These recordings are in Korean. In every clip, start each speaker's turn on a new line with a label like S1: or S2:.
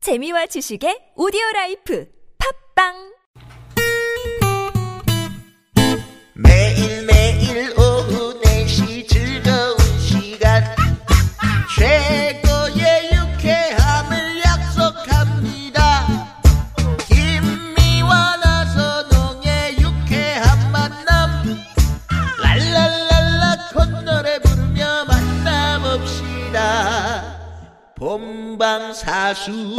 S1: 재미와 지식의 오디오 라이프 팝빵
S2: 매일매일 오후 4시 즐거운 시간 최고의 유쾌함을 약속합니다 김미와 나선홍의 유쾌한 만남 랄랄랄라 콧노래 부르며 만남없시다 본방사수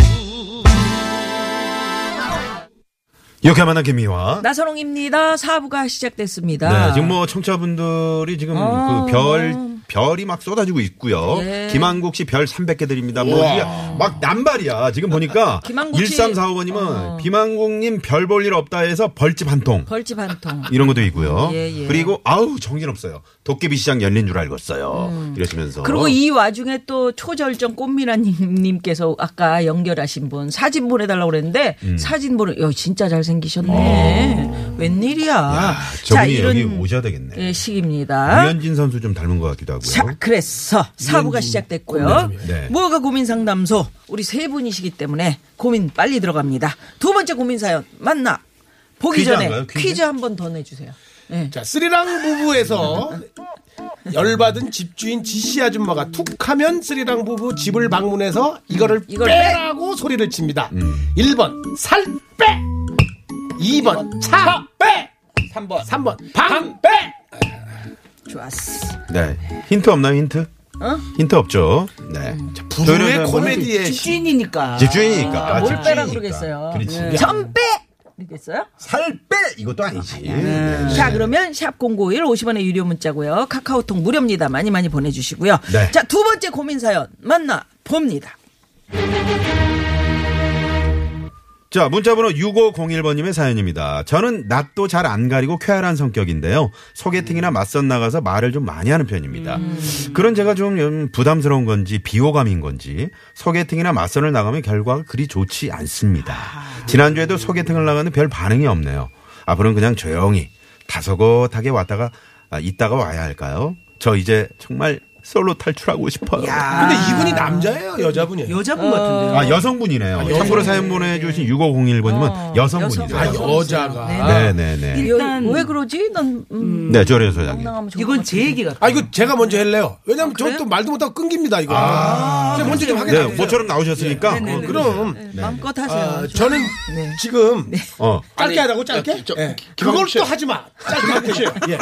S3: 이렇게 만난 김미화.
S4: 나선홍입니다. 사부가 시작됐습니다.
S3: 네, 지금 뭐 청취자분들이 지금
S4: 아.
S3: 그 별, 별이 막 쏟아지고 있고요.
S4: 예.
S3: 김한국 씨 별 300개 드립니다. 뭐, 이게 막 난발이야. 지금 보니까
S4: 아, 김한국 씨. 어.
S3: 1345번님은 비만국님 별 볼 일 없다 해서 벌집 한 통.
S4: 벌집 한 통.
S3: 이런 것도 있고요.
S4: 예, 예.
S3: 그리고 아우 정신없어요. 도깨비 시장 열린 줄 알겠어요. 이러시면서.
S4: 음. 그리고 이 와중에 또 초절정 꽃미라님께서 아까 연결하신 분 사진 보내달라고 그랬는데
S3: 음.
S4: 사진 보내, 야, 진짜 잘생기셨네. 웬일이야.
S3: 어. 야, 저분이 여기 오셔야 되겠네.
S4: 아, 예, 시기입니다.
S3: 유현진 선수 좀 닮은 것 같기도 하고요.
S4: 자, 그래서 사부가 시작됐고요.
S3: 네.
S4: 뭐가 고민 상담소? 우리 세 분이시기 때문에 고민 빨리 들어갑니다. 두 번째 고민 사연 만나 보기
S3: 퀴즈
S4: 전에
S3: 한가요? 퀴즈?
S4: 퀴즈 한 번 더 내주세요. 네.
S5: 자, 스리랑 부부에서 열받은 집주인 지씨 아줌마가 툭 하면 스리랑 부부 집을 방문해서 이거를
S4: 이걸
S5: 빼라고 소리를 칩니다.
S3: 음.
S5: 1번 살 빼! 2번 차 빼! 3번 3번 방 빼!
S4: 좋았어.
S3: 네. 힌트 없나요, 힌트?
S4: 어?
S3: 힌트 없죠. 네.
S4: 음.
S5: 부부의
S3: 저희는
S5: 코미디의 시-
S4: 집주인이니까.
S3: 집주인이니까. 아,
S4: 그러니까 뭘 빼라
S3: 집주인이니까.
S4: 그러겠어요.
S3: 그렇지.
S4: 예. 전 빼! 이겠어요?
S3: 살 빼 이것도 아니지. 네.
S4: 자 그러면 샵 #051 50원의 유료 문자고요. 카카오톡 무료입니다. 많이 많이 보내주시고요.
S3: 네.
S4: 자 두 번째 고민 사연 만나 봅니다.
S3: 자, 문자번호 6501번님의 사연입니다. 저는 낯도 잘 안 가리고 쾌활한 성격인데요. 소개팅이나 맞선 나가서 말을 좀 많이 하는 편입니다.
S4: 음.
S3: 그런 제가 좀 음, 부담스러운 건지 비호감인 건지 소개팅이나 맞선을 나가면 결과가 그리 좋지 않습니다.
S4: 아.
S3: 지난주에도 소개팅을 나가는데 별 반응이 없네요. 앞으로는 그냥 조용히 다소곳하게 왔다가 아, 있다가 와야 할까요? 저 이제 정말 솔로 탈출하고 싶어요.
S5: 근데 이분이 남자예요, 여자분이에요?
S4: 여자분 어, 같은데요.
S3: 아 여성분이네요. 참고로 사연 보내주신 6501번님은 여성분이세요.
S5: 아, 여자가.
S3: 네네네.
S4: 일단 왜 그러지? 난 음,
S3: 네, 조례 소장님.
S4: 나가면 좋을 것
S6: 이건
S4: 같아.
S6: 제 얘기 같아.
S5: 아, 이거 제가 먼저 할래요. 왜냐면 저 또 말도 못하고 끊깁니다, 이거. 제가 먼저 좀 하게
S3: 네,
S5: 되요
S3: 모처럼 나오셨으니까. 어, 그럼
S5: 그럼
S4: 네. 마음껏 하세요.
S5: 아, 저는 지금
S3: 어.
S5: 짧게 하라고 짧게?
S7: 저- 저-
S5: 예.
S7: 김학국
S5: 그걸
S7: 씨. 아,
S5: 또 하지 마. 짧게 씨. 예.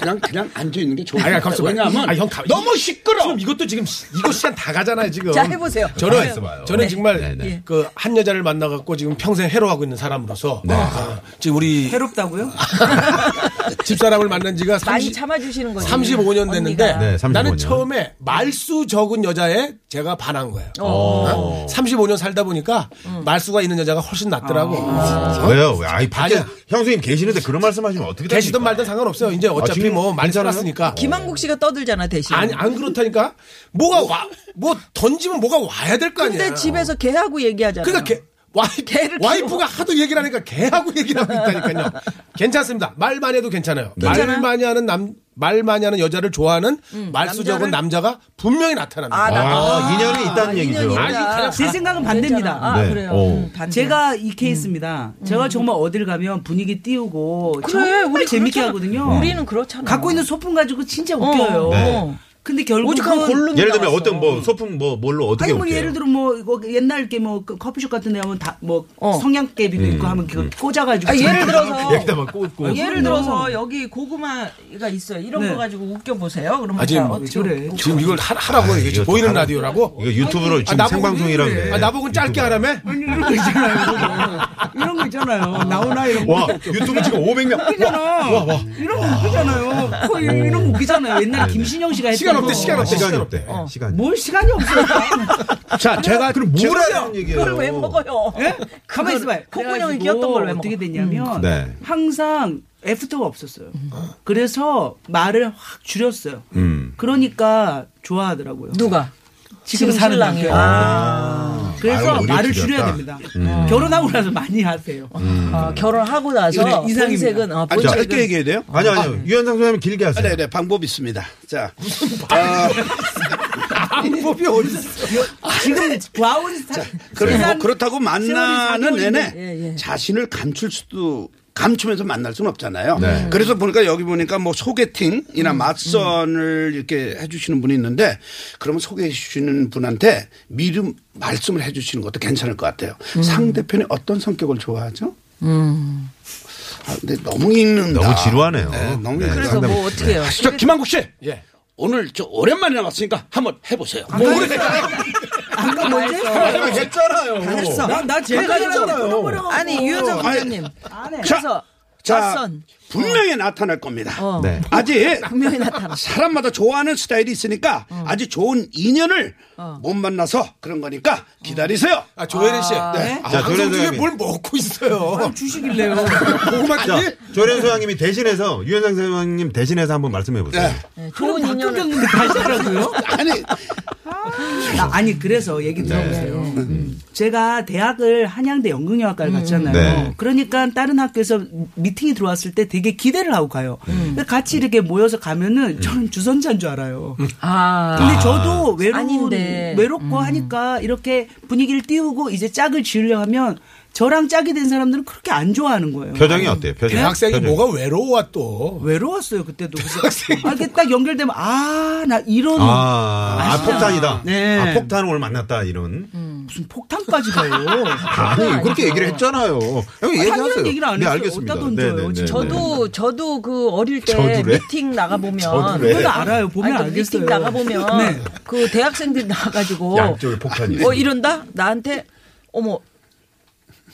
S7: 그냥 그냥 앉아 있는 게 좋은
S5: 아니,
S7: 것
S5: 가만
S7: 같아요.
S5: 있어봐.
S7: 왜냐하면
S5: 아, 형 가-
S7: 너무 시끄러.
S5: 지금 이것도 지금 시- 이거 시간 다 가잖아요 지금.
S4: 자, 해보세요.
S5: 저는
S4: 가만히
S3: 있어봐요.
S5: 저는
S3: 네.
S5: 정말
S3: 네, 네.
S5: 그 한 여자를 만나갖고 지금 평생 해로하고 있는 사람으로서
S3: 네.
S5: 어, 지금 우리
S6: 괴롭다고요?
S3: 아,
S5: 집사람을 만난 지가
S4: 많이
S5: 30,
S4: 참아주시는 거죠.
S5: 35년 됐는데
S3: 네, 35년.
S5: 나는 처음에 말수 적은 여자에 제가 반한 거예요.
S3: 어. 음.
S5: 35년 살다 보니까 말수가 있는 여자가 훨씬 낫더라고.
S3: 왜요? 왜? 아이, 밖에
S5: 아니요.
S3: 형수님 계시는데 그런 말씀 하시면 어떻게 됩니까?
S5: 계시든 말든 상관없어요. 이제 어차피
S3: 지금
S5: 뭐 많이
S3: 괜찮아요?
S5: 살았으니까.
S4: 김한국 씨가 떠들잖아 대신.
S5: 아니 안 그렇다니까 뭐가 와 뭐 던지면 뭐가 와야 될 거 아니야.
S4: 근데 집에서 걔하고 얘기하잖아.
S5: 그러니까 개,
S4: 개를 키워.
S5: 와이프, 가 하도 얘기를 하니까 개하고 얘기를 하고 있다니까요. 괜찮습니다. 말만 해도 괜찮아요.
S4: 네. 괜찮아요? 음,
S5: 말 많이 하는 남, 말 많이 하는 여자를 좋아하는 말수적은 남자가 분명히 나타납니다.
S4: 아, 나-
S3: 아, 인연이 있다는 얘기죠.
S4: 인연이
S5: 아니,
S4: 있다.
S5: 그냥
S6: 제 생각은 반대입니다.
S4: 아,
S3: 네.
S4: 그래요.
S3: 어.
S4: 음, 반대.
S6: 제가 이 케이스입니다. 제가 정말 어딜 가면 분위기 띄우고
S4: 그래,
S6: 정말
S4: 우리
S6: 재밌게
S4: 그렇잖아.
S6: 하거든요.
S4: 우리는 그렇잖아.
S6: 갖고 있는 소품 가지고 진짜
S4: 어,
S6: 웃겨요.
S3: 네.
S6: 근데
S4: 오죽하면
S6: 결국은
S4: 골룸이
S3: 예를 들면
S4: 나왔어.
S3: 어떤 뭐 소품 뭐 뭘로 어떻게
S6: 아니 뭐
S3: 올게요?
S6: 예를 들어 뭐 이거 옛날 이렇게 뭐 커피숍 같은 데 하면 다 뭐
S4: 어.
S6: 성냥개비도 있고 하면 그거 꽂아가지고 음.
S4: 아, 예를 들어서
S3: 여기다 막 꽂고.
S4: 예를 들어서 여기 고구마가 있어요. 이런
S6: 네.
S4: 거 가지고 웃겨 보세요. 그러면
S5: 아직
S4: 다
S5: 뭐
S4: 어떻게
S6: 그래.
S5: 지금 이걸 하, 하라고 이게 지금
S3: 아, 이거
S5: 보이는
S3: 하라.
S5: 라디오라고. 아,
S3: 이거 유튜브로 지금
S5: 나보고
S3: 생방송이라
S5: 왜 이래?
S3: 그래.
S5: 아, 나보고 짧게 하라며?
S6: 이런 거 있잖아요. 이런 거
S3: 어.
S6: 있잖아요. 나오나 이런 거.
S3: 와, 유튜브 지금 500명. 와,
S6: 웃기잖아. 이런 거 웃기잖아요. 거의 이런 거 웃기잖아요. 옛날에 김신영 씨가 했던
S5: 시간 없대,
S6: 거.
S5: 시간
S6: 어.
S5: 없대.
S3: 시간이 없대. 어. 뭐? 시간이.
S6: 뭘 시간이 없어.
S5: 자, 제가 그럼
S3: 뭐라 하는 얘기예요?
S4: 그걸 왜 먹어요?
S6: 가만히 있어봐요.
S4: 콧구멍이
S6: 그래가지고
S4: 끼었던 걸왜
S6: 어떻게
S4: 먹어?
S6: 됐냐면
S3: 네.
S6: 항상 애프터가 없었어요. 그래서 말을 확 줄였어요.
S3: 음.
S6: 그러니까 좋아하더라고요.
S4: 누가?
S6: 지금 사는
S4: 신랑이.
S6: 남편. 그래서
S3: 말을 오히려
S6: 말을 줄여야
S3: 줄였다.
S6: 됩니다. 어. 결혼하고 나서 많이 하세요.
S4: 어, 결혼하고 나서
S6: 이건 이상입니다.
S4: 본색은 어,
S7: 음. 아니,
S4: 본색은
S7: 짧게 얘기해야 돼요?
S3: 아, 네,
S7: 네,
S3: 아니, 아니요. 유현상 선생님 길게 하세요.
S7: 네네 방법 이 있습니다. 자, 아,
S5: 방법이 어딨어.
S6: 지금 과온 사.
S7: 그래, 뭐
S6: 세상
S7: 그렇다고 만나는
S6: 세월이
S7: 내내
S4: 예, 예.
S7: 자신을 감출 수도 감추면서 만날 수는 없잖아요. 그래서 보니까 여기 보니까 뭐 소개팅이나 맞선을 이렇게 해주시는 분이 있는데 그러면 소개해 주시는 분한테 미리 말씀을 해주시는 것도 괜찮을 것 같아요. 상대편이 어떤 성격을 좋아하죠? 아, 근데 너무 읽는다.
S3: 너무 지루하네요.
S7: 네, 너무
S3: 네.
S7: 읽는다.
S4: 그래서 뭐 어떻게 해요?
S7: 저 김한국 씨
S5: 예.
S7: 오늘 저 오랜만에 나왔으니까 한번 해보세요.
S4: 아,
S6: 아까 뭐지?
S4: 했어.
S6: 나나 제일 잘했잖아요.
S4: 아니 유현정
S7: 아니,
S4: 선생님.
S7: 자,
S4: 그래서
S7: 자
S4: 맞선.
S7: 분명히 나타날 겁니다.
S4: 어.
S3: 네.
S7: 아직
S4: 분명히 나타나.
S7: 사람마다 좋아하는 스타일이 있으니까 아주 좋은 인연을
S4: 어.
S7: 못 만나서 그런 거니까 기다리세요.
S5: 아, 조혜린 씨.
S7: 네.
S5: 아,
S3: 자,
S5: 방송 중에
S3: 조혜린
S5: 뭘 먹고 있어요. 네?
S6: 주식일래요.
S5: 고구마
S3: 자,
S5: 끼니?
S3: 조련 소장님이 대신해서 유현상 소장님 대신해서 한번 말씀해 보세요.
S7: 네.
S4: 네, 좋은
S6: 좋은
S4: 인연을
S6: 인연을 다시더라고요.
S4: 음,
S7: 아니
S6: 나- 아니 그래서 얘기 들어보세요. 음. 제가 대학을 한양대 연극영화과를 갔잖아요.
S3: 네.
S6: 그러니까 다른 학교에서 미팅이 들어왔을 때 되게 기대를 하고 가요. 근데 같이 이렇게 모여서 가면은 저는 주선자인 줄 알아요.
S4: 아.
S6: 근데 저도 외로운
S4: 아닌데. 음.
S6: 외롭고 하니까 이렇게 분위기를 띄우고 이제 짝을 지으려 하면 저랑 짝이 된 사람들은 그렇게 안 좋아하는 거예요.
S3: 표정이 어때요? 표정.
S5: 대학생이
S3: 표정.
S5: 뭐가 외로워 또.
S6: 외로웠어요 그때도. 그래서 아, 이게 딱 연결되면 아 나 이런
S3: 아, 아, 폭탄이다.
S6: 네. 음.
S3: 아, 폭탄을 오늘 만났다 이런.
S6: 무슨 폭탄까지 가요.
S3: 아니 그렇게 얘기를 했잖아요. 형 얘기하세요.
S6: 당연한 얘기를 안
S3: 네,
S6: 했어요.
S3: 알겠습니다.
S6: 어디다 던져요,
S3: 네, 네, 네, 네.
S4: 저도 저도 그 어릴 때
S3: 저도래?
S4: 미팅 나가 보면
S3: 저도래?
S6: 그건 알아요. 보면 알겠어요.
S4: 미팅 나가 보면
S6: 네.
S4: 그 대학생들이 나가지고
S3: 양쪽에 폭탄이.
S4: 어
S3: 있어요.
S4: 이런다 나한테 어머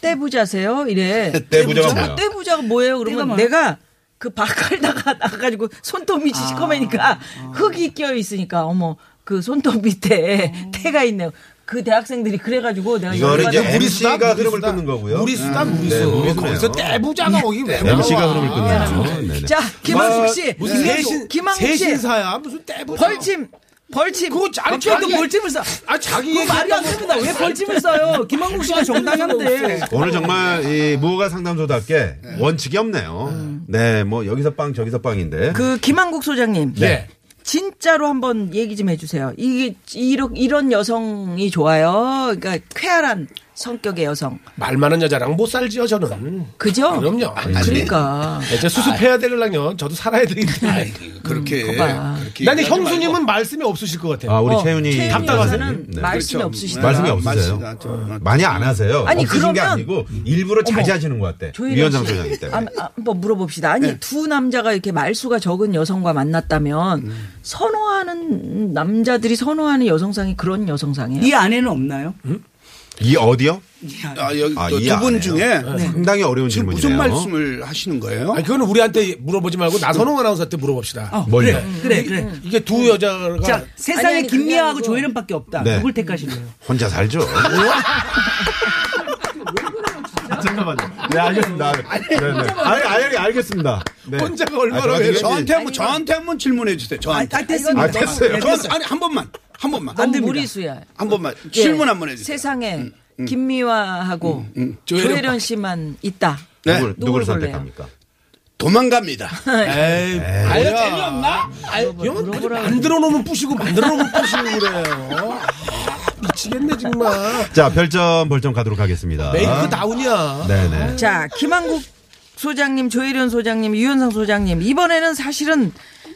S4: 떼부자세요 이래
S3: 떼부자가 뭐야?
S4: 어, 떼부자가 뭐예요
S6: 떼가
S4: 그러면
S6: 뭐야?
S4: 내가 그 바깥에다가 나가지고 손톱이
S6: 아.
S4: 시커매니까 흙이 끼어 있으니까 어머 그 손톱 밑에
S6: 어.
S4: 태가 있네요 그 대학생들이 그래가지고 내가
S3: 이거는 이제
S4: 열받아서
S3: MC가 흐름을 끊는 거고요.
S5: 무리수다 무리수.
S3: 네, 무리수네요.
S5: 거기서 떼부자가 거기 왜
S3: MC가
S5: 나와.
S3: 네. 흐름을 네, 끊는 거죠.
S4: 자
S3: 뭐,
S4: 김한숙 씨
S5: 무슨
S4: 김한숙-
S5: 세신
S4: 김한숙 씨
S5: 세신사야 무슨 떼부자.
S4: 벌침 벌침
S5: 그거 자기
S6: 그래도
S5: 자기-
S6: 벌집을 싸.
S5: 아 자기
S6: 그거 말이 안
S5: 얘기하고
S6: 됩니다. 왜 벌집을 싸요? 김한국 씨가
S5: 네.
S6: 정당한데.
S3: 오늘 정말 이 무허가 상담소답게 원칙이 없네요. 네, 뭐 여기서 빵 저기서 빵인데.
S4: 그 김한국 소장님
S5: 네.
S4: 진짜로 한번 얘기 좀 해주세요. 이게 이런 이런 여성이 좋아요. 그러니까 쾌활한 성격의 여성.
S5: 말 많은 여자랑 못 살지요 저는.
S4: 그죠?
S5: 그럼요. 네,
S4: 그러니까
S5: 이제 수습해야 되려면 저도 살아야 되는데.
S7: 그렇게
S4: 음, 봐.
S7: 그렇게
S5: 나는
S7: 얘기하지 말고.
S5: 형수님은 말씀이 없으실 것 같아요.
S3: 아 우리
S4: 어,
S3: 채윤이
S4: 답답하세요?
S3: 기자님. 네.
S4: 말씀이
S7: 그렇죠.
S4: 없으시다.
S3: 말씀이
S7: 아,
S3: 없으세요.
S7: 맞습니다. 저- 저-
S3: 많이 안 하세요.
S4: 아니,
S3: 없으신 게
S4: 그러면-
S3: 아니고 일부러 자제하시는 것 같아.
S4: 조혜련
S3: 위원장
S4: 씨.
S3: 소장님 때문에.
S4: 아, 한번 물어봅시다. 아니 두 남자가 이렇게 말수가 적은 여성과 만났다면 선호하는 남자들이 선호하는 여성상이 그런 여성상이에요.
S6: 이 안에는 없나요?
S3: 음. 이 어디요?
S7: 아, 여기
S3: 아, 이
S7: 두 분
S3: 안에요?
S7: 중에
S3: 상당히 어려운
S7: 네.
S3: 질문이네요.
S7: 지금 무슨 말씀을 하시는 거예요?
S5: 아니, 그거는 우리한테 물어보지 말고 나선홍 아나운서한테 물어봅시다.
S3: 뭘요?
S6: 그래, 그래.
S5: 이게 두 여자가
S6: 자, 세상에
S4: 음. 아니, 아니, 그게
S6: 김미아하고
S4: 아니고.
S6: 조혜련밖에 없다.
S3: 네.
S6: 누굴 택하실래요?
S3: 혼자 살죠. 잠깐만요. 네, 알겠습니다. 네, 네. 아니, 아니, 알겠습니다. 네.
S5: 혼자가 얼마나
S3: 아, 저한테
S5: 외로워.
S3: 괜히-
S7: 저한테 한번 저한테 한번 질문해 주세요.
S6: 아,
S7: 저한테.
S6: 아, 됐습니다.
S3: 아, 됐어요.
S6: 예,
S7: 저한테-
S6: 됐어요.
S7: 아니 한 번만 한 번만
S4: 너무
S6: 됩니다.
S4: 무리수야.
S7: 한 번만
S4: 예.
S7: 질문 한 번 해주세요. 음,
S4: 세상에 김미화하고
S5: 조혜련
S4: 조혜련 씨만 있다.
S7: 네.
S3: 누굴,
S4: 누굴
S3: 누굴 선택합니까?
S7: 도망갑니다.
S4: 네.
S5: 에이, 아유, 재미없나? 아유, 이건 아주 만들어 놓으면 부시고 만들어 놓으면 부시고 그래요. 아, 미치겠네, 정말.
S3: 자, 별점 벌점 가도록 하겠습니다.
S5: 메이크 다운이야.
S3: 네네.
S4: 자, 김한국 소장님, 조혜련 소장님, 유현상 소장님 이번에는 사실은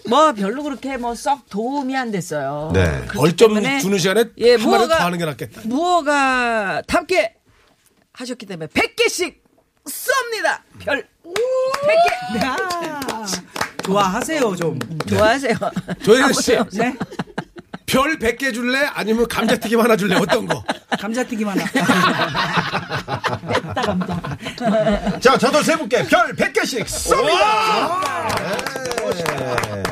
S4: 뭐 별로 그렇게 뭐 썩 도움이 안 됐어요.
S3: 네.
S4: 그렇기
S5: 벌점
S4: 때문에
S5: 주는 시간에
S4: 예,
S5: 한 마리 더
S4: 무허가-
S5: 하는 게 낫겠다.
S4: 무허가 담게 하셨기 때문에 100개씩 쏩니다. 별 100개. 네,
S6: 아, 좋아하세요, 좀.
S4: 좋아하세요.
S5: 네. 조혜련 씨,
S6: 네?
S5: 별 100개 줄래? 아니면 감자튀김 하나 줄래? 어떤 거?
S6: 감자튀김 하나.
S3: 자, 저도 세분께 별 100개씩 쏩니다! 네.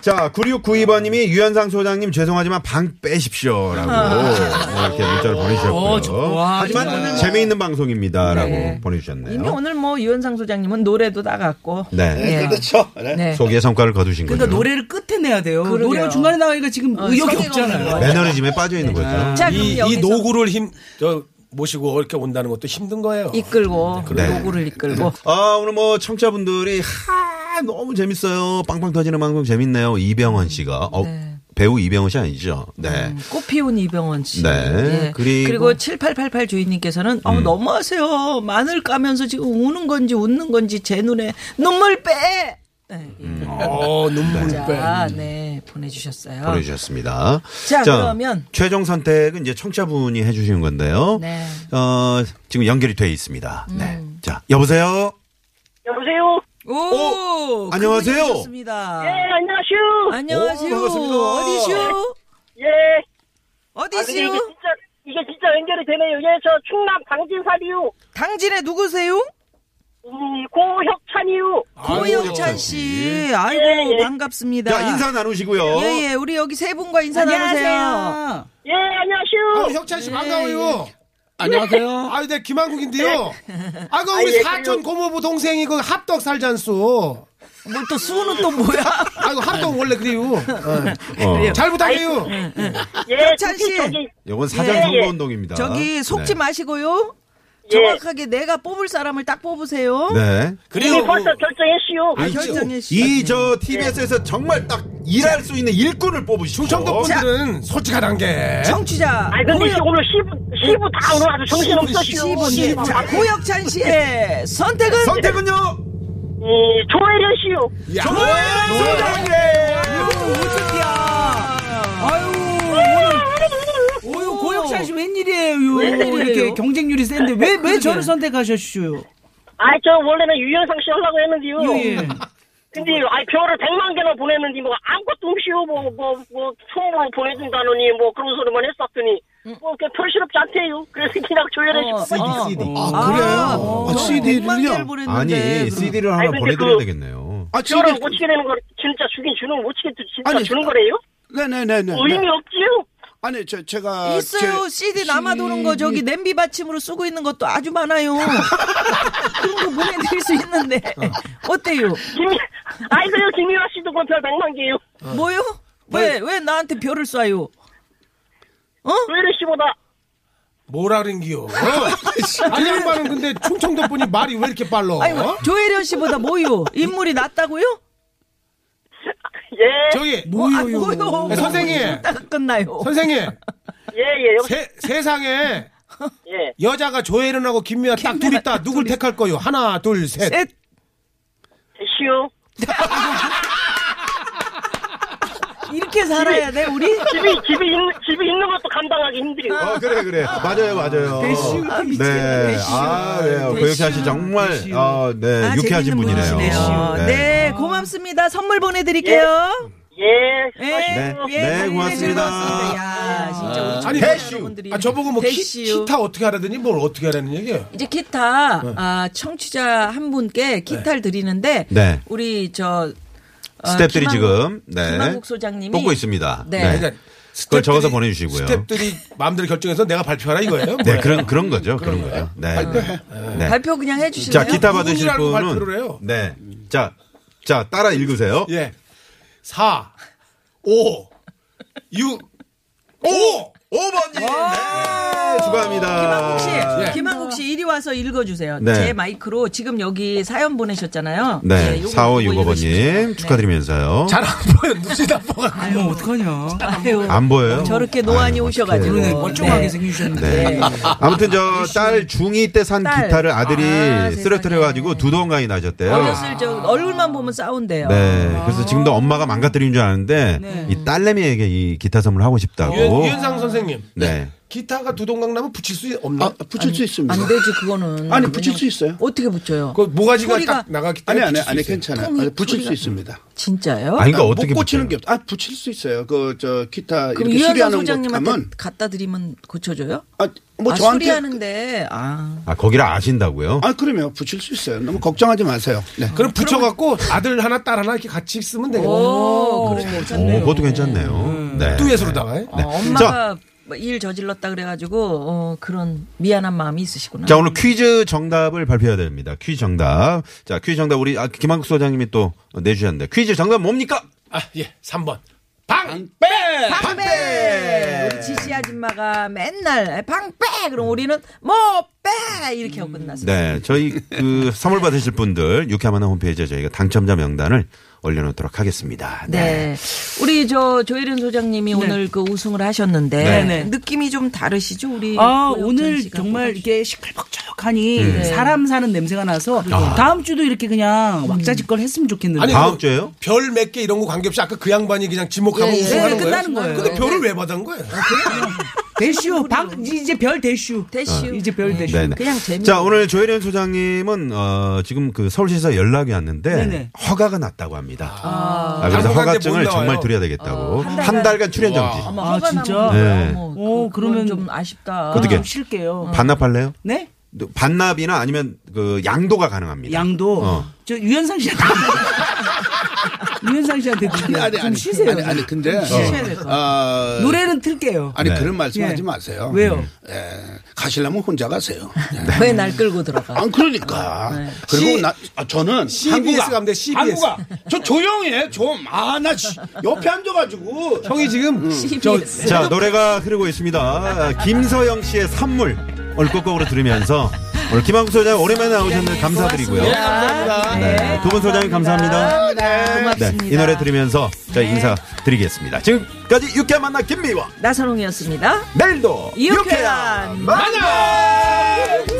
S3: 자, 9692번님이 유현상 소장님 죄송하지만 방 빼십시오. 라고
S4: 아.
S3: 이렇게 문자를
S4: 어,
S3: 보내주셨고요. 하지만 재미있는 방송입니다. 라고 보내주셨네요.
S4: 이미 오늘 뭐 유현상 소장님은 노래도 나갔고.
S3: 네.
S4: 예.
S7: 그렇죠. 네.
S4: 네.
S3: 소개 성과를 거두신
S6: 그러니까
S3: 거죠.
S6: 노래를 끝에 내야 돼요.
S4: 그러게요.
S6: 노래가 중간에 나가니까 지금
S4: 어,
S6: 의욕이
S4: 성의가 없는
S6: 없잖아요.
S4: 거예요.
S3: 매너리즘에 빠져 있는 거죠.
S4: 네. 자, 그럼
S5: 이, 이
S4: 여기서
S5: 노구를 힘, 저, 모시고 이렇게 온다는 것도 힘든 거예요.
S4: 이끌고
S3: 네. 그래요.
S4: 노구를 이끌고
S3: 아, 오늘 뭐 청자분들이 하 너무 재밌어요. 빵빵 터지는 방송 재밌네요. 이병헌 씨가 어, 배우 이병헌 씨 아니죠? 네.
S4: 음. 꽃피운 이병헌 씨.
S3: 네,
S4: 예.
S3: 그리고- 음.
S4: 그리고, 7888 주인님께서는 어, 너무하세요. 마늘 까면서 지금 우는 건지 웃는 건지 제 눈에 눈물 빼. 네, 예.
S3: 음.
S5: 어, 눈물 빼.
S4: 자, 네 보내주셨어요.
S3: 보내주셨습니다.
S4: 자, 그러면.
S3: 최종 선택은 이제 청취자분이 해주시는 건데요.
S4: 네. 음.
S3: 어, 지금 연결이 돼 있습니다. 네. 자, 여보세요?
S8: 여보세요.
S4: 오,
S3: 어,
S4: 어, 그분이
S3: 안녕하세요.
S4: 오셨습니다.
S8: 예, 안녕하슈.
S4: 안녕하세요.
S3: 오, 반갑습니다.
S4: 어디슈?
S8: 예. 아, 근데 이게
S4: 어디슈?
S8: 진짜 이게 진짜 연결이 되네요. 예, 저 충남 당진살이요.
S4: 당진에 누구세요? 아,
S8: 음, 고혁찬이요.
S4: 고영찬 씨. 아이고
S8: 예, 예.
S4: 반갑습니다.
S3: 자, 인사 어? 나누시고요.
S4: 예예 우리 여기 세 분과 인사 나누세요.
S8: 예, 안녕하슈.
S5: 혁찬 씨 반가워요.
S8: 예.
S5: 안녕하세요. 아유, 네, 김한국인데요. 아, 그 우리
S8: 예,
S5: 사촌 고모부 동생이 그 합덕 살잔수.
S4: 뭐 또 수는 또 뭐야?
S5: 아이고, 합덕 원래 그래요.
S4: 예.
S3: 어.
S8: 네.
S5: 어. 잘 부탁해요.
S8: 예,
S4: 혁찬 씨.
S8: 저기,
S3: 이건 사장
S8: 예, 예.
S3: 선거운동입니다. 네.
S4: 저기 속지 마시고요.
S8: 예.
S4: 정확하게 내가 뽑을 사람을 딱 뽑으세요.
S3: 네.
S8: 이미 벌써 결정했슈.
S4: 아, 결정해 주시죠.
S3: 이 저 TBS에서 정말 딱 일할 수 있는 일꾼을 뽑으시죠.
S5: 충청도 분들은 솔직하단 게.
S4: 청취자
S8: 아, 근데 씨, 오늘 시부 시부 다 오늘 아주 정신 없었슈.
S4: 고혁- 자, 고혁찬 씨의 선택은
S3: 선택은요.
S8: 예, 조혜련씨요. 예.
S3: 조혜련 소장님.
S6: 아유 오늘 오유 고역찬 씨 웬일이에요? 이렇게 경쟁률이 센데 왜 왜 저를 선택하셨슈?
S8: 아, 저 원래는 유현상 씨 하려고
S4: 어.
S8: 했는데요.
S6: 예.
S8: 근데 아이 표를 100만 개나 보냈는데 뭐 아무것도 없이요 뭐뭐뭐 총으로 보내준다느니 뭐 그런 소리만 했었더니 뭐그 별시럽지 않대요. 그래서 그냥 조연해
S4: 어,
S8: 싶어.
S4: 어.
S7: 아, 그래요? 아,
S4: 백만 개를
S7: CD를요?
S4: 보냈는데
S3: 아니
S4: 그럼-
S3: CD를 하나
S8: 아니, 근데
S3: 보내드려야
S8: 그-
S3: 되겠네요.
S7: 아,
S8: 저를
S7: CD.
S8: 못 치게 되는 거 진짜 주긴 주는 못 치게 진짜
S7: 아니,
S8: 주는 거래요?
S7: 네네네네.
S8: 의미 없지요?
S7: 아니, 저, 제가.
S4: 있어요.
S7: 제-
S4: CD 남아도는 거 저기 냄비 받침으로 쓰고 있는 것도 아주 많아요. 그런 거 보내드릴 수 있는데 어때요?
S8: 김 아이 그래요 김유아 씨도 그럼 별 100만 개요.
S3: 어.
S4: 뭐요? 왜 왜 나한테 별을 쏴요?
S8: 조연해 씨보다
S5: 뭐라 그런기요. 어? 아니, 양반은 근데 충청도 분이 말이 왜 이렇게 빨라?
S4: 아이고
S5: 어?
S4: 뭐 조혜련 씨보다 뭐요? 인물이 낫다고요?
S8: 예
S5: 저기,
S4: 뭐요? 아, 뭐요?
S5: 네, 선생님.
S4: 따가 끝나요.
S5: 선생님.
S8: 예예 여기
S5: 세, 세상에
S8: 예.
S5: 여자가 조혜련하고 김미아 딱 둘 있다. 누굴 택할 거요? 하나, 둘, 셋.
S4: 셋.
S8: 됐슈.
S4: 이렇게 살아야 돼 우리?
S8: 집이 집이 있는 집이 있는 것도 감당하기 힘들어요.
S3: 어 그래 그래 맞아요 맞아요.
S7: 그
S6: 아, 미치겠네,
S3: 네.
S6: 배시우.
S3: 아, 네. 고영찬 씨 정말 어, 네.
S4: 아,
S3: 유쾌하신
S4: 재밌는
S3: 분이네요.
S4: 분이시네요. 네. 고맙습니다. 선물 보내드릴게요.
S8: 예.
S4: 예.
S3: 네. 네,
S4: 선물
S3: 고맙습니다.
S4: 보내드리겠습니다. 야, 진짜 우리
S5: 아니,
S4: 청취자
S3: 대슈.
S4: 여러분들이
S5: 아, 저보고 뭐 키,
S4: 대슈.
S5: 기타 어떻게 하라더니 뭘 어떻게 하라는 얘기예요?
S4: 이제 기타
S7: 네.
S4: 아, 청취자 한 분께 기타를 드리는데
S3: 네.
S4: 우리 저 어,
S3: 스텝들이
S4: 김한국-
S3: 지금 네.
S4: 김한국 소장님이
S3: 뽑고 있습니다.
S4: 네.
S5: 그러니까
S3: 그걸
S5: 스탭들이-
S3: 적어서 보내주시고요.
S5: 스탭들이 마음대로 결정해서 내가 발표하라 이거예요?
S3: 네 그런 그런 거죠 그런 거죠. 네. 네. 네.
S4: 발표 그냥 해주시면
S3: 자 기타 받으실
S5: 누군지를 알고 발표를
S3: 분은
S5: 해요.
S3: 네. 자, 자 따라 읽으세요.
S5: 예. 4, 5, 6, 5!
S3: 5번님 네,
S4: 김한국 씨,
S3: 축하합니다.
S4: 네.
S7: 네.
S4: 김한국 씨 이리 와서 읽어주세요.
S3: 네.
S4: 제 마이크로 지금 여기 사연 보내셨잖아요.
S3: 네,
S4: 요거
S3: 4565번님
S4: 읽으시면.
S3: 축하드리면서요.
S5: 잘 안 보여. 눈이 나빠가지고.
S6: 아유 어떡하냐?
S4: 네. 아유,
S3: 안 보여요?
S4: 저렇게 노안이
S3: 아유,
S4: 오셔가지고
S3: 어떡해요.
S6: 그러네 멀쩡하게
S4: 네.
S6: 생기셨는데.
S3: 네. 아무튼 저 딸 중2 때 산
S4: 딸.
S3: 기타를 아들이
S4: 아,
S3: 쓰러뜨려가지고
S4: 세상에. 아,
S3: 두동강이 나셨대요.
S4: 어렸을 적 얼굴만 보면 싸운대요.
S3: 네, 그래서 지금도 엄마가 망가뜨린 줄 아는데 이 딸내미에게 이 기타 선물 하고 싶다고.
S5: 유현, 유현상 네. 선생님.
S3: 네.
S5: 기타가 두 동강 나면 붙일 수 없나?
S7: 아, 붙일 수 있습니다.
S4: 안 되지 그거는.
S7: 아니, 붙일
S4: 왜냐면
S7: 수 있어요.
S4: 어떻게 붙여요?
S5: 그 모가지가
S4: 소리가-
S5: 딱 나가기
S7: 아니,
S5: 때문에. 붙일
S7: 아니, 아니,
S5: 수 있어요.
S7: 괜찮아요.
S4: 통이-
S7: 아니, 붙일 수
S4: 소리가-
S7: 있습니다.
S4: 진짜요?
S3: 아니 그러니까
S7: 못
S3: 어떻게
S7: 고치는
S3: 붙여요?
S7: 게 없. 아 붙일 수 있어요. 그 저 기타
S4: 그럼
S7: 이렇게
S4: 유현상
S7: 수리하는 것
S4: 소장님한테
S7: 하면
S4: 갖다 드리면 고쳐줘요?
S7: 아뭐
S4: 아,
S7: 저한테
S4: 수리하는데 아
S3: 아 거기를 아신다고요?
S7: 아 그러면 붙일 수 있어요. 너무 걱정하지 마세요. 네.
S5: 그럼 붙여갖고 아들 하나 딸 하나 이렇게 같이 쓰면 되겠네.
S4: 오, 그래
S3: 오,
S4: 괜찮네요.
S3: 그것도 괜찮네요. 네.
S5: 뚜엣으로다가.
S4: 어,
S3: 자,
S4: 엄마가 뭐 일 저질렀다 그래가지고 어, 그런 미안한 마음이 있으시구나.
S3: 자 오늘 퀴즈 정답을 발표해야 됩니다. 퀴즈 정답. 자 퀴즈 정답 우리 아, 김한국 소장님이 또 내주셨는데 퀴즈 정답 뭡니까?
S5: 아, 예. 3번. 방!
S4: 방패! 우리 지시 아줌마가 맨날 방패! 그럼 우리는 뭐 빼! 빼 이렇게 하고 끝났어요.
S3: 네, 저희 그 선물 받으실 분들 유쾌한 만남 홈페이지에 저희가 당첨자 명단을 올려놓도록 하겠습니다.
S4: 네. 우리 저 조혜련 소장님이 오늘 그 우승을 하셨는데
S3: 네.
S6: 네.
S4: 느낌이 좀 다르시죠? 우리
S6: 아,
S4: 고영찬
S6: 오늘
S4: 씨가
S6: 정말
S4: 보고.
S6: 이게 시끌벅적하니 사람 사는 냄새가 나서 다음 주도 이렇게
S4: 음.
S6: 그냥 왁자지껄 했으면 좋겠는데.
S5: 아니,
S3: 다음
S5: 그
S3: 주에요?
S5: 별 몇 개 이런 거 관계없이 아까 그 양반이 그냥 뭐 지목하고
S4: 예, 예.
S5: 우승하는
S6: 네,
S5: 거예요.
S6: 끝나는 거예요.
S5: 근데 별을 왜 받은 거예요?
S6: 대슈
S7: 아,
S6: 방 이제 별 대슈. 아,
S4: 대슈.
S6: 이제 별 대슈.
S3: 네네.
S4: 그냥 재미.
S3: 자, 오늘 조혜련 소장님은 어, 지금 그 서울시에서 연락이 왔는데
S6: 네네.
S3: 허가가 났다고 합니다. 아, 그래서
S5: 당분간
S3: 허가증을
S5: 못 나와요.
S3: 정말 드려야 되겠다고.
S4: 한
S3: 한,
S4: 달간-
S3: 달간 출연 정지.
S4: 어머,
S6: 아,
S4: 허가
S6: 진짜?
S4: 나면 그래요.
S3: 네.
S4: 뭐,
S6: 오,
S4: 그건
S6: 그러면-
S4: 좀 아쉽다.
S3: 어떻게?
S6: 좀 쉴게요.
S3: 반납할래요?
S6: 네?
S3: 반납이나 아니면 그 양도가 가능합니다.
S6: 양도
S3: 어.
S6: 저 유현상 씨한테 유현상 씨한테 드릴게요. 좀 쉬세요.
S7: 아니, 아니, 근데.
S4: 쉬셔야 될것 같아요.
S7: 아,
S6: 노래는 틀게요.
S7: 아니,
S3: 네.
S7: 그런 말씀
S6: 예.
S7: 하지 마세요.
S6: 왜요?
S7: 예. 가시려면 혼자 가세요. 예.
S4: 왜 날 끌고 들어가?
S7: 아, 그러니까. 그리고
S5: 시-
S7: 나, 아, 저는.
S5: CBS
S7: 한국아.
S5: 가면 돼, CBS.
S7: 한국아. 저 조용히 해. 좀. 아, 나 씨, 옆에 앉아가지고.
S5: 형이 지금 저
S4: CBS.
S3: 자, 노래가 흐르고 있습니다. 아, 김서영 씨의 선물 오늘 끝곡으로 들으면서 오늘 김한국 소장 오랜만에 나오셨는데 감사드리고요.
S5: 예, 감사합니다.
S3: 네, 두 분 소장님 감사합니다. 네, 이 노래 들으면서 저희 인사 드리겠습니다. 지금까지 유쾌한 만나 김미화
S4: 나선홍이었습니다.
S3: 내일도
S4: 유쾌한
S3: 만나.